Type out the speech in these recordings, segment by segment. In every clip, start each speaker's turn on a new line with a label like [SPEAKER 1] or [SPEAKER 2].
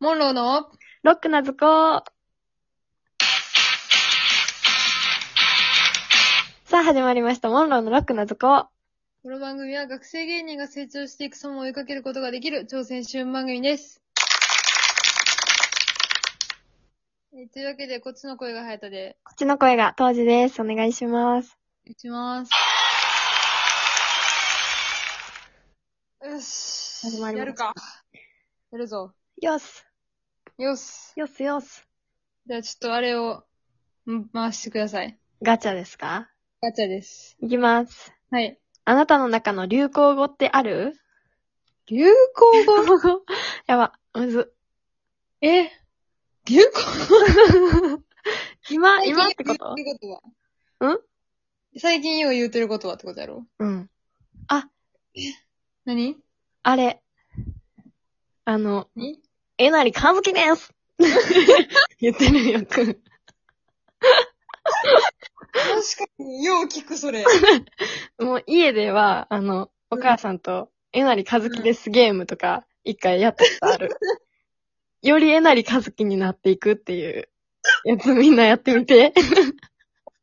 [SPEAKER 1] モンローの
[SPEAKER 2] ロックな図工。さあ、始まりました。モンローのロックな図工。
[SPEAKER 1] この番組は学生芸人が成長していく様を追いかけることができる挑戦春番組です。えというわけで、こっちの声が早田で、
[SPEAKER 2] こっちの声が当時です。お願いします。
[SPEAKER 1] 打ちます。よし。
[SPEAKER 2] 始まりました
[SPEAKER 1] やるか。やるぞ。
[SPEAKER 2] よす。
[SPEAKER 1] よし。
[SPEAKER 2] よすよす。
[SPEAKER 1] じゃあちょっとあれを、ん回してください。
[SPEAKER 2] ガチャですか
[SPEAKER 1] ガチャです。
[SPEAKER 2] いきます。
[SPEAKER 1] はい。
[SPEAKER 2] あなたの中の流行語ってある
[SPEAKER 1] 流行語
[SPEAKER 2] やば、むず。
[SPEAKER 1] え流行語
[SPEAKER 2] 今、 今って
[SPEAKER 1] 最
[SPEAKER 2] こと
[SPEAKER 1] 近言うてることは
[SPEAKER 2] ん
[SPEAKER 1] 最近よう言うてることはってことやろ
[SPEAKER 2] うん。
[SPEAKER 1] 何
[SPEAKER 2] あれ。あの、
[SPEAKER 1] 何
[SPEAKER 2] えなりかずきです 言ってるよく。
[SPEAKER 1] 確かに、よう聞くそ れ。
[SPEAKER 2] もう家では、あの、お母さんと、えなりかずきですゲームとか、一回やったことある。 よりえなりかずきになっていくっていう、やつみんなやってみて。
[SPEAKER 1] モッツ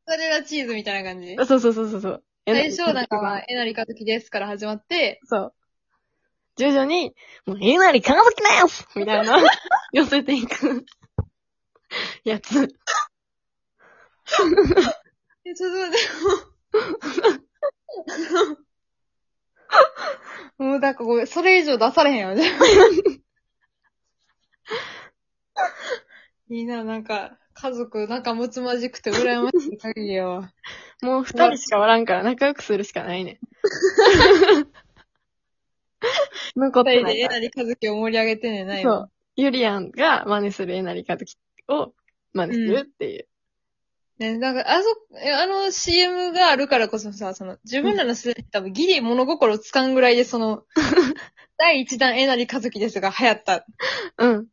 [SPEAKER 1] ァレラチーズみたいな感じ。
[SPEAKER 2] そうそうそうそうそう。
[SPEAKER 1] 最初なんか
[SPEAKER 2] は
[SPEAKER 1] は、えなりかずきですから始まって、
[SPEAKER 2] そう。徐々に、もうえなりかずきですみたい な、寄せていく、やつ。
[SPEAKER 1] え、ちょっと 待って、もう。もうなんかこれ、それ以上出されへん よね。いいな、なんか、家族仲睦まじくて羨ましい限りや わ。
[SPEAKER 2] もう二人しかおらんから仲良くするしか ないね。残っ
[SPEAKER 1] 二
[SPEAKER 2] て
[SPEAKER 1] 人
[SPEAKER 2] な
[SPEAKER 1] で
[SPEAKER 2] い
[SPEAKER 1] え
[SPEAKER 2] から
[SPEAKER 1] な。りかずきを盛り上げてんねんない
[SPEAKER 2] そう。ゆりやんが真似するえなりかずきを真似するっていう。
[SPEAKER 1] ね、なんか、あそ、えあの CM があるからこそさ、その、自分らの世代って多分ギリ物心つかんぐらいで、そ の、第一弾えなりかずきですが流行った
[SPEAKER 2] うん、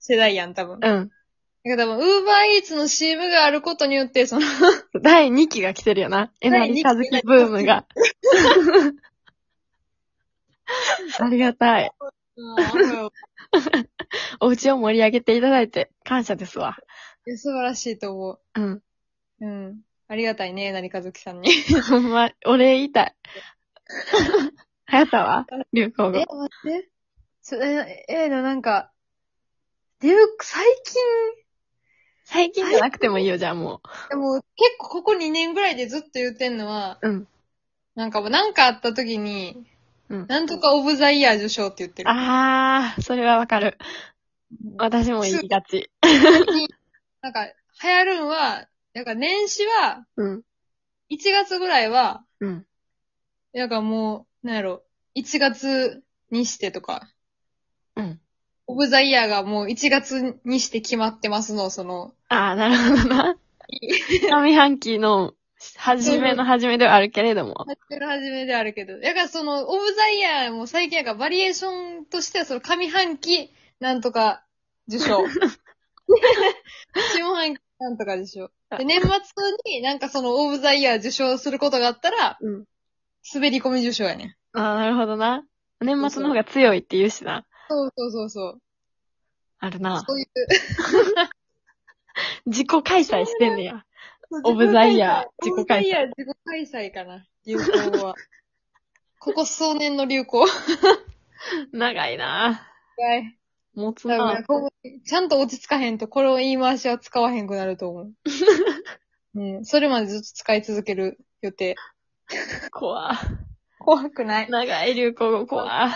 [SPEAKER 1] 世代やん、多分。だ
[SPEAKER 2] うん。
[SPEAKER 1] から多分、ウーバーイーツの CM があることによって、その、
[SPEAKER 2] 第2期が来てるよな。えなりかずきブームが。 ありがたい。 お家を盛り上げていただいて感謝ですわ。
[SPEAKER 1] いや素晴らしいと思
[SPEAKER 2] うん。
[SPEAKER 1] う。うん。ありがたいね、えなりかずきさんに。
[SPEAKER 2] ほんま、お礼言い たい。はやったわ流行語
[SPEAKER 1] え、待。って。そえ、ええな、なんか、でも、最近、
[SPEAKER 2] 最近じゃなくてもいいよ、じゃあも
[SPEAKER 1] でも結構ここ2年ぐらいでずっと言ってんのは、
[SPEAKER 2] う。うん。
[SPEAKER 1] なんかもうなんかあった時に、
[SPEAKER 2] うん。
[SPEAKER 1] なんとかオブザイヤー受賞って言ってる。
[SPEAKER 2] あー、それはわかる。私も言いがち。
[SPEAKER 1] なんか、流行るんは、なんか年始は、
[SPEAKER 2] うん。
[SPEAKER 1] 1月ぐらいは、
[SPEAKER 2] うん。
[SPEAKER 1] なんかもう、なんやろ、1月にしてとか、
[SPEAKER 2] うん。
[SPEAKER 1] オブザイヤーがもう1月にして決まってますの、その、
[SPEAKER 2] ああ、なるほどな。上半期の初めの初めではあるけれども。
[SPEAKER 1] 始める始めであるけど。だからその、オブザイヤーも最近なんかバリエーションとしては、その上半期、なんとか、受賞。下半期、なんとか受賞。で、年末になんかその、オブザイヤー受賞することがあったら、
[SPEAKER 2] うん。
[SPEAKER 1] 滑り込み受賞やね。
[SPEAKER 2] ああ、なるほどな。年末の方が強いって言うしな。
[SPEAKER 1] そうそうそうそう。
[SPEAKER 2] あるな。
[SPEAKER 1] そういう。
[SPEAKER 2] 自己開催してんねや。オブザイヤー
[SPEAKER 1] オブ
[SPEAKER 2] 自己
[SPEAKER 1] ザ
[SPEAKER 2] 開催
[SPEAKER 1] イヤー自己開催かな。流行は。ここ数年の流行。
[SPEAKER 2] 長いな。
[SPEAKER 1] はい。
[SPEAKER 2] 持つ
[SPEAKER 1] だか
[SPEAKER 2] な
[SPEAKER 1] ら。今後ちゃんと落ち着かへんと、これを言い回しは使わへんくなると思 う。うん、それまでずっと使い続ける予定。
[SPEAKER 2] 怖。
[SPEAKER 1] 怖くない
[SPEAKER 2] 長い流行語怖。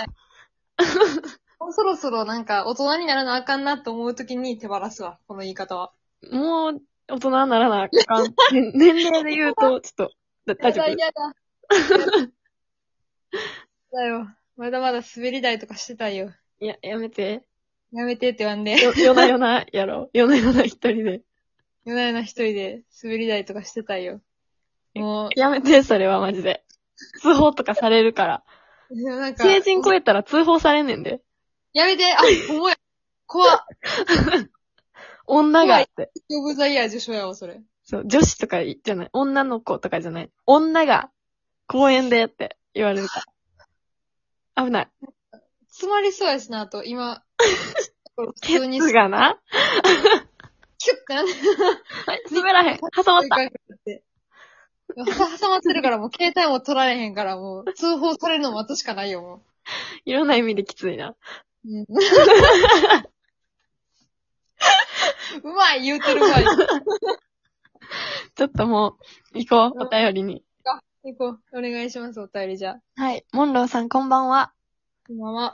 [SPEAKER 1] もうそろそろなんか大人にならなあかんなと思うときに手放すわ、この言い方は。
[SPEAKER 2] もう、大人にならなあか ん。ね年齢で言うと、ちょっと、だ大丈
[SPEAKER 1] やだ
[SPEAKER 2] 夫
[SPEAKER 1] やだ。だよ。まだまだ滑り台とかしてたいよ。
[SPEAKER 2] いや、やめて。
[SPEAKER 1] やめてって言わんで。
[SPEAKER 2] よ、夜な夜な やろう。夜な夜な一人で。
[SPEAKER 1] 夜な夜な一人で滑り台とかしてたいよ。も
[SPEAKER 2] やめて、それはマジで。通報とかされる から。
[SPEAKER 1] う、いやなんか。
[SPEAKER 2] 成人超えたら通報されんねんで。
[SPEAKER 1] やめてあ、ほんまや。怖っ。
[SPEAKER 2] 女がって。
[SPEAKER 1] オブザイヤー受賞やわ、それ。
[SPEAKER 2] そう、女子とかじゃない。女の子とかじゃない。女が、公園でって言われるから。危ない。
[SPEAKER 1] 詰まりそうやしな、あと、今、普
[SPEAKER 2] ケ
[SPEAKER 1] 通に
[SPEAKER 2] ツがな。
[SPEAKER 1] キュッてなって、
[SPEAKER 2] はい滑らへん。挟まった。
[SPEAKER 1] って。 挟まってるからもう携帯も取られへんからもう通報されるのも私しかないよ、も
[SPEAKER 2] いろんな意味できついな。
[SPEAKER 1] う。うん、 うまい言うてる前に。
[SPEAKER 2] ちょっともう、行こ
[SPEAKER 1] う
[SPEAKER 2] う、
[SPEAKER 1] ん
[SPEAKER 2] お便りに。
[SPEAKER 1] 行こう。お願いします、お便りじゃあ。
[SPEAKER 2] はい。モンローさんこんばんは。
[SPEAKER 1] こんばんは。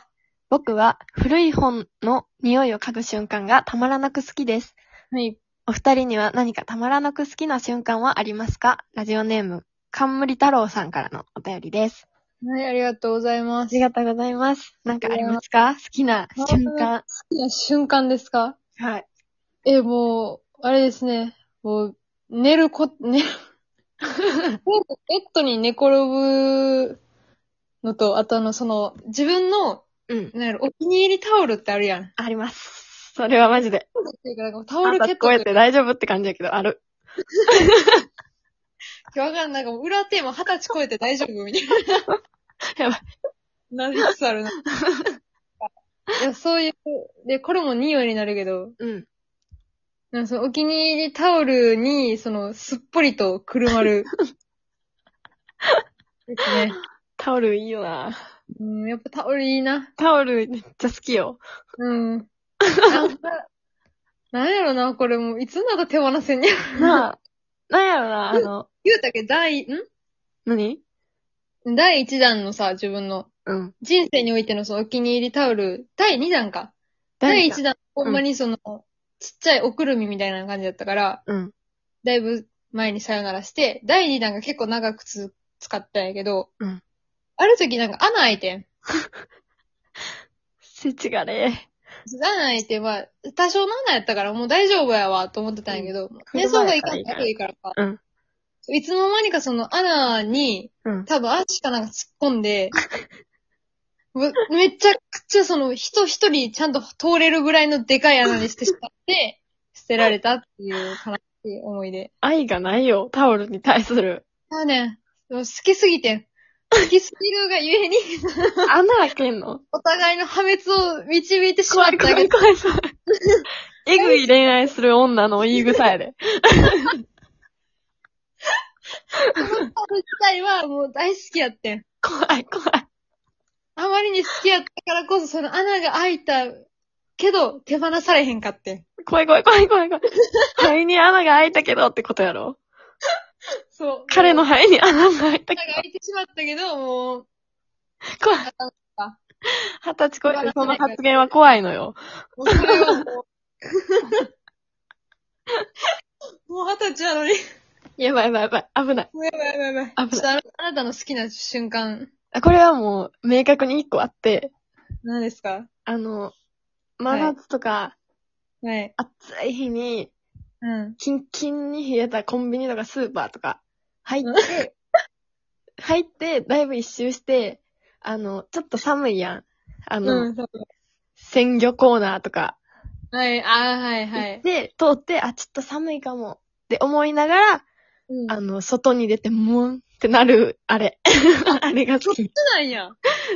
[SPEAKER 2] 僕は古い本の匂いを嗅ぐ瞬間がたまらなく好きです。
[SPEAKER 1] はい。
[SPEAKER 2] お二人には何かたまらなく好きな瞬間はありますかラジオネーム、冠太郎さんからのお便りです。
[SPEAKER 1] はい、ありがとうございま
[SPEAKER 2] あ
[SPEAKER 1] す。
[SPEAKER 2] り
[SPEAKER 1] 好
[SPEAKER 2] がとうございます。なんかありますか好きな瞬間。
[SPEAKER 1] きな瞬間ですか
[SPEAKER 2] はい。
[SPEAKER 1] え、もう、あれですね。もう、寝るこ、寝る。 ベッドに寝転ぶのと、あとあの、その、自分の、
[SPEAKER 2] うん。
[SPEAKER 1] なんやろ、お気に入りタオルってあるやん。
[SPEAKER 2] あります。それはマジで。
[SPEAKER 1] っていうかなんかタオ
[SPEAKER 2] あん
[SPEAKER 1] ル
[SPEAKER 2] た
[SPEAKER 1] ケッ
[SPEAKER 2] 聞
[SPEAKER 1] ト
[SPEAKER 2] こえ
[SPEAKER 1] って、
[SPEAKER 2] て大丈夫って感じやけど、ある。
[SPEAKER 1] 今日わかんない。なんかもう裏テーマ二十歳超えて大丈夫みたいな。
[SPEAKER 2] やばい。
[SPEAKER 1] なぜつあ るな。いや、そういう、で、これも匂いになるけど、
[SPEAKER 2] うん。
[SPEAKER 1] なんかそのお気に入りタオルに、その、すっぽりとくるまる。ですね。
[SPEAKER 2] タオルいいよな。
[SPEAKER 1] うん、やっぱタオルいいな。
[SPEAKER 2] タオルめっちゃ好きよ。
[SPEAKER 1] うん。なんかなんやろな、これもう、いつになら手放せんねや。
[SPEAKER 2] なあ。 なんやろな、あの、
[SPEAKER 1] 言うたっけ、第、
[SPEAKER 2] 何
[SPEAKER 1] ん第1弾のさ、自分の、
[SPEAKER 2] うん。
[SPEAKER 1] 人生においてのそのお気に入りタオル、第2弾か。第1弾、ほんまにその、ちっちゃいおくるみみたいな感じだったから、
[SPEAKER 2] うん。
[SPEAKER 1] だいぶ前にさよならして、第2弾が結構長くつ使ったんやけど、
[SPEAKER 2] うん
[SPEAKER 1] ある時なんか穴開いてん。
[SPEAKER 2] せちがれえ。
[SPEAKER 1] 穴開いて、まあ、多少の穴やったからもう大丈夫やわ、と思ってたんやけど、
[SPEAKER 2] ん
[SPEAKER 1] 寝相がいか
[SPEAKER 2] 車
[SPEAKER 1] ん
[SPEAKER 2] やから
[SPEAKER 1] 悪いからか。
[SPEAKER 2] うん
[SPEAKER 1] いつの間にかその穴に、
[SPEAKER 2] うん。
[SPEAKER 1] 多分足かなんか突っ込んで、むめっちゃくちゃその人一人ちゃんと通れるぐらいのでかい穴にしてしまって、捨てられたっていう悲しい思い出。
[SPEAKER 2] 愛がないよ、タオルに対す る。
[SPEAKER 1] あね、でも好きすぎてん。好きすぎるがゆえ に、
[SPEAKER 2] 穴開けんの
[SPEAKER 1] お互いの破滅を導いてしまっ
[SPEAKER 2] 怖い
[SPEAKER 1] た
[SPEAKER 2] 怖
[SPEAKER 1] け
[SPEAKER 2] い
[SPEAKER 1] ど、
[SPEAKER 2] 怖い 怖い。えぐい恋愛する女の言い草や で。
[SPEAKER 1] タオル自体はもう大好きやってん。
[SPEAKER 2] 怖い怖い。
[SPEAKER 1] あまりに好きやったからこそその穴が開いたけど手放されへんかってん。
[SPEAKER 2] 怖い怖い怖い怖い怖い。肺に穴が開いたけどってことやろ
[SPEAKER 1] そう。
[SPEAKER 2] 彼の
[SPEAKER 1] もう
[SPEAKER 2] 肺に穴が開いた
[SPEAKER 1] 穴が開いてしまったけど、もう、
[SPEAKER 2] 怖い。二十歳超えてその発言は怖いのよ。
[SPEAKER 1] もうそれはもう。 もう二十歳なのに。
[SPEAKER 2] やばいやばいやばい。危ない。
[SPEAKER 1] もうやばいやばいやばい。
[SPEAKER 2] 危ない
[SPEAKER 1] ちょっとあなあなたの好きな瞬間、
[SPEAKER 2] これはもう明確に一個あって、
[SPEAKER 1] 何ですか
[SPEAKER 2] あの、真夏とか
[SPEAKER 1] はい。
[SPEAKER 2] 暑い日に、
[SPEAKER 1] うん。
[SPEAKER 2] キンキンに冷えたコンビニとかスーパーとか、入っ
[SPEAKER 1] うん
[SPEAKER 2] て、入って、だいぶ一周して、あの、ちょっと寒いやん。あの、
[SPEAKER 1] うん、そう
[SPEAKER 2] 鮮魚コーナーとか、
[SPEAKER 1] はい、あーはい、は
[SPEAKER 2] 行っ
[SPEAKER 1] い。
[SPEAKER 2] て、通って、あ、ちょっと寒いかも。って思いながら、
[SPEAKER 1] うん。
[SPEAKER 2] あの、外に出て、もんってなる、あれ。あれが好き。
[SPEAKER 1] そっちなんや。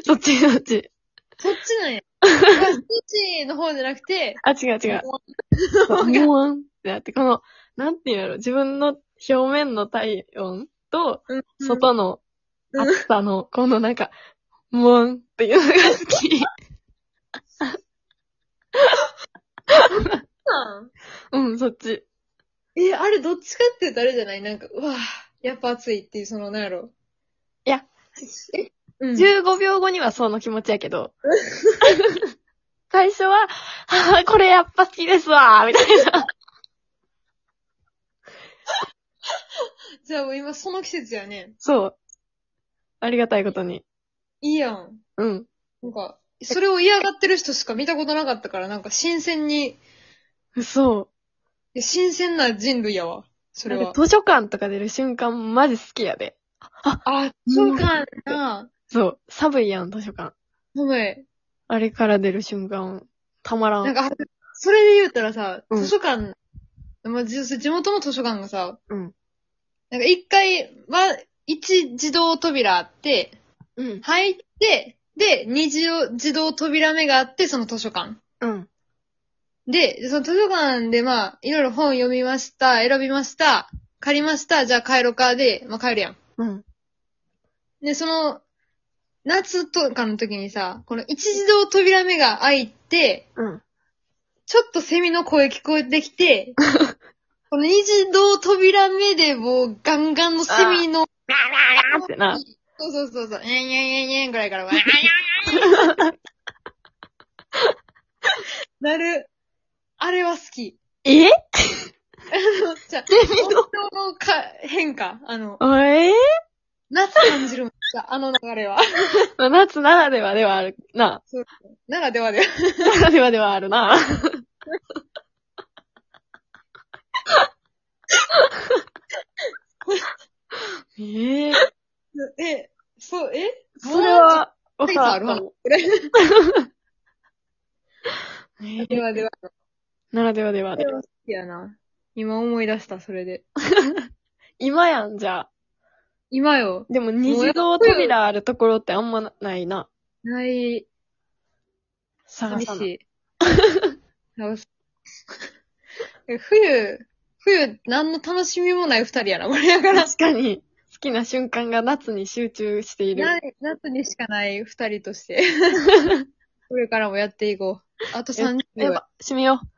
[SPEAKER 2] そっち、そっち。
[SPEAKER 1] そっちなんや。そっちの方じゃなくて、
[SPEAKER 2] あ、違う違う。 そうもんってなって、この、なんていうんやろ、自分の表面の体温と、
[SPEAKER 1] うん、
[SPEAKER 2] 外の
[SPEAKER 1] うん
[SPEAKER 2] 暑さの、このなんか、もんっていうのが好 き。
[SPEAKER 1] なん
[SPEAKER 2] うん、そっち。
[SPEAKER 1] え、あれどっちかって言うとあれじゃないなんか、うわぁ、やっぱ暑いっていう、その、なんやろ。
[SPEAKER 2] いや、
[SPEAKER 1] え、うん。
[SPEAKER 2] 15秒後にはその気持ちや けど。最初は、はぁこれやっぱ好きですわみたいな。
[SPEAKER 1] じゃあもう今その季節やね。
[SPEAKER 2] そう。ありがたいことに。
[SPEAKER 1] いいやん。
[SPEAKER 2] うん。
[SPEAKER 1] なんか、それを嫌がってる人しか見たことなかったから、なんか新鮮に、い
[SPEAKER 2] 嘘。
[SPEAKER 1] や新鮮な人類やわ。それ
[SPEAKER 2] なん
[SPEAKER 1] は
[SPEAKER 2] か。図書館とか出る瞬間、マジ好きやで。
[SPEAKER 1] あ、そうかな。
[SPEAKER 2] そう。寒いやん、図書館。
[SPEAKER 1] ごめん。
[SPEAKER 2] あれから出る瞬間、たまら
[SPEAKER 1] なん
[SPEAKER 2] ん。
[SPEAKER 1] か、それで言ったらさ、
[SPEAKER 2] うん
[SPEAKER 1] 図書館、まあ、じ地元の図書館がさ、
[SPEAKER 2] うん
[SPEAKER 1] なんか一回は、一自動扉あって、
[SPEAKER 2] うん。
[SPEAKER 1] 入って、で、二自動自動扉目があって、その図書館。
[SPEAKER 2] うん。
[SPEAKER 1] で、その図書館でまあ、いろいろ本読みました、選びました、借りました、じゃあ帰ろかで、まあ帰るやん。
[SPEAKER 2] うん。
[SPEAKER 1] で、その、夏とかの時にさ、この一時堂扉目が開いて、
[SPEAKER 2] うん。
[SPEAKER 1] ちょっとセミの声聞こえてき て、この二次堂扉目でもうガンガンのセミの、
[SPEAKER 2] あってな。
[SPEAKER 1] そうそうそうそう、えんえんえんえんぐらいから、わー なる。あれは好き。
[SPEAKER 2] ええ
[SPEAKER 1] じゃあ、
[SPEAKER 2] ミの
[SPEAKER 1] 音のか変化。あの、
[SPEAKER 2] え
[SPEAKER 1] 夏感じるもんあの流れは。
[SPEAKER 2] まあ夏ならではではあるな。
[SPEAKER 1] ならではでは。
[SPEAKER 2] ならではではある な。ええ
[SPEAKER 1] え、そう、え
[SPEAKER 2] それは、
[SPEAKER 1] もうちょっとあるわ。
[SPEAKER 2] ええ
[SPEAKER 1] ではでは。
[SPEAKER 2] ならではでは
[SPEAKER 1] あ
[SPEAKER 2] で
[SPEAKER 1] れ。は好きやな。今思い出した、それで。
[SPEAKER 2] 今やん、じゃあ。
[SPEAKER 1] 今よ。
[SPEAKER 2] でも、二次堂扉あるところってあんまないな。
[SPEAKER 1] ない、
[SPEAKER 2] 探
[SPEAKER 1] 寂
[SPEAKER 2] さ
[SPEAKER 1] し
[SPEAKER 2] ない。
[SPEAKER 1] い。楽しいえ冬、冬、何の楽しみもない二人やな、これやから。
[SPEAKER 2] 確かに、好きな瞬間が夏に集中している。
[SPEAKER 1] ない夏にしかない二人と して。これからもやっていこう。あと30
[SPEAKER 2] や
[SPEAKER 1] 秒。
[SPEAKER 2] ば、閉めよう。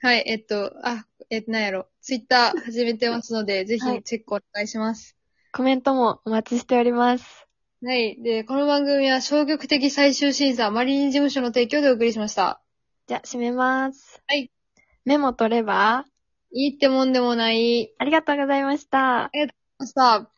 [SPEAKER 1] はい、えっと、あ、え、なんやろ。ツイッター始めてますので、ぜひ
[SPEAKER 2] はい
[SPEAKER 1] チェックお願いします。
[SPEAKER 2] コメントもお待ちしております。
[SPEAKER 1] はい。で、この番組は消極的最終審査、マリリン事務所の提供でお送りしました。
[SPEAKER 2] じゃあ、閉めます。
[SPEAKER 1] はい。
[SPEAKER 2] メモ取れば、
[SPEAKER 1] いいってもんでもない。
[SPEAKER 2] ありがとうございました。
[SPEAKER 1] ました。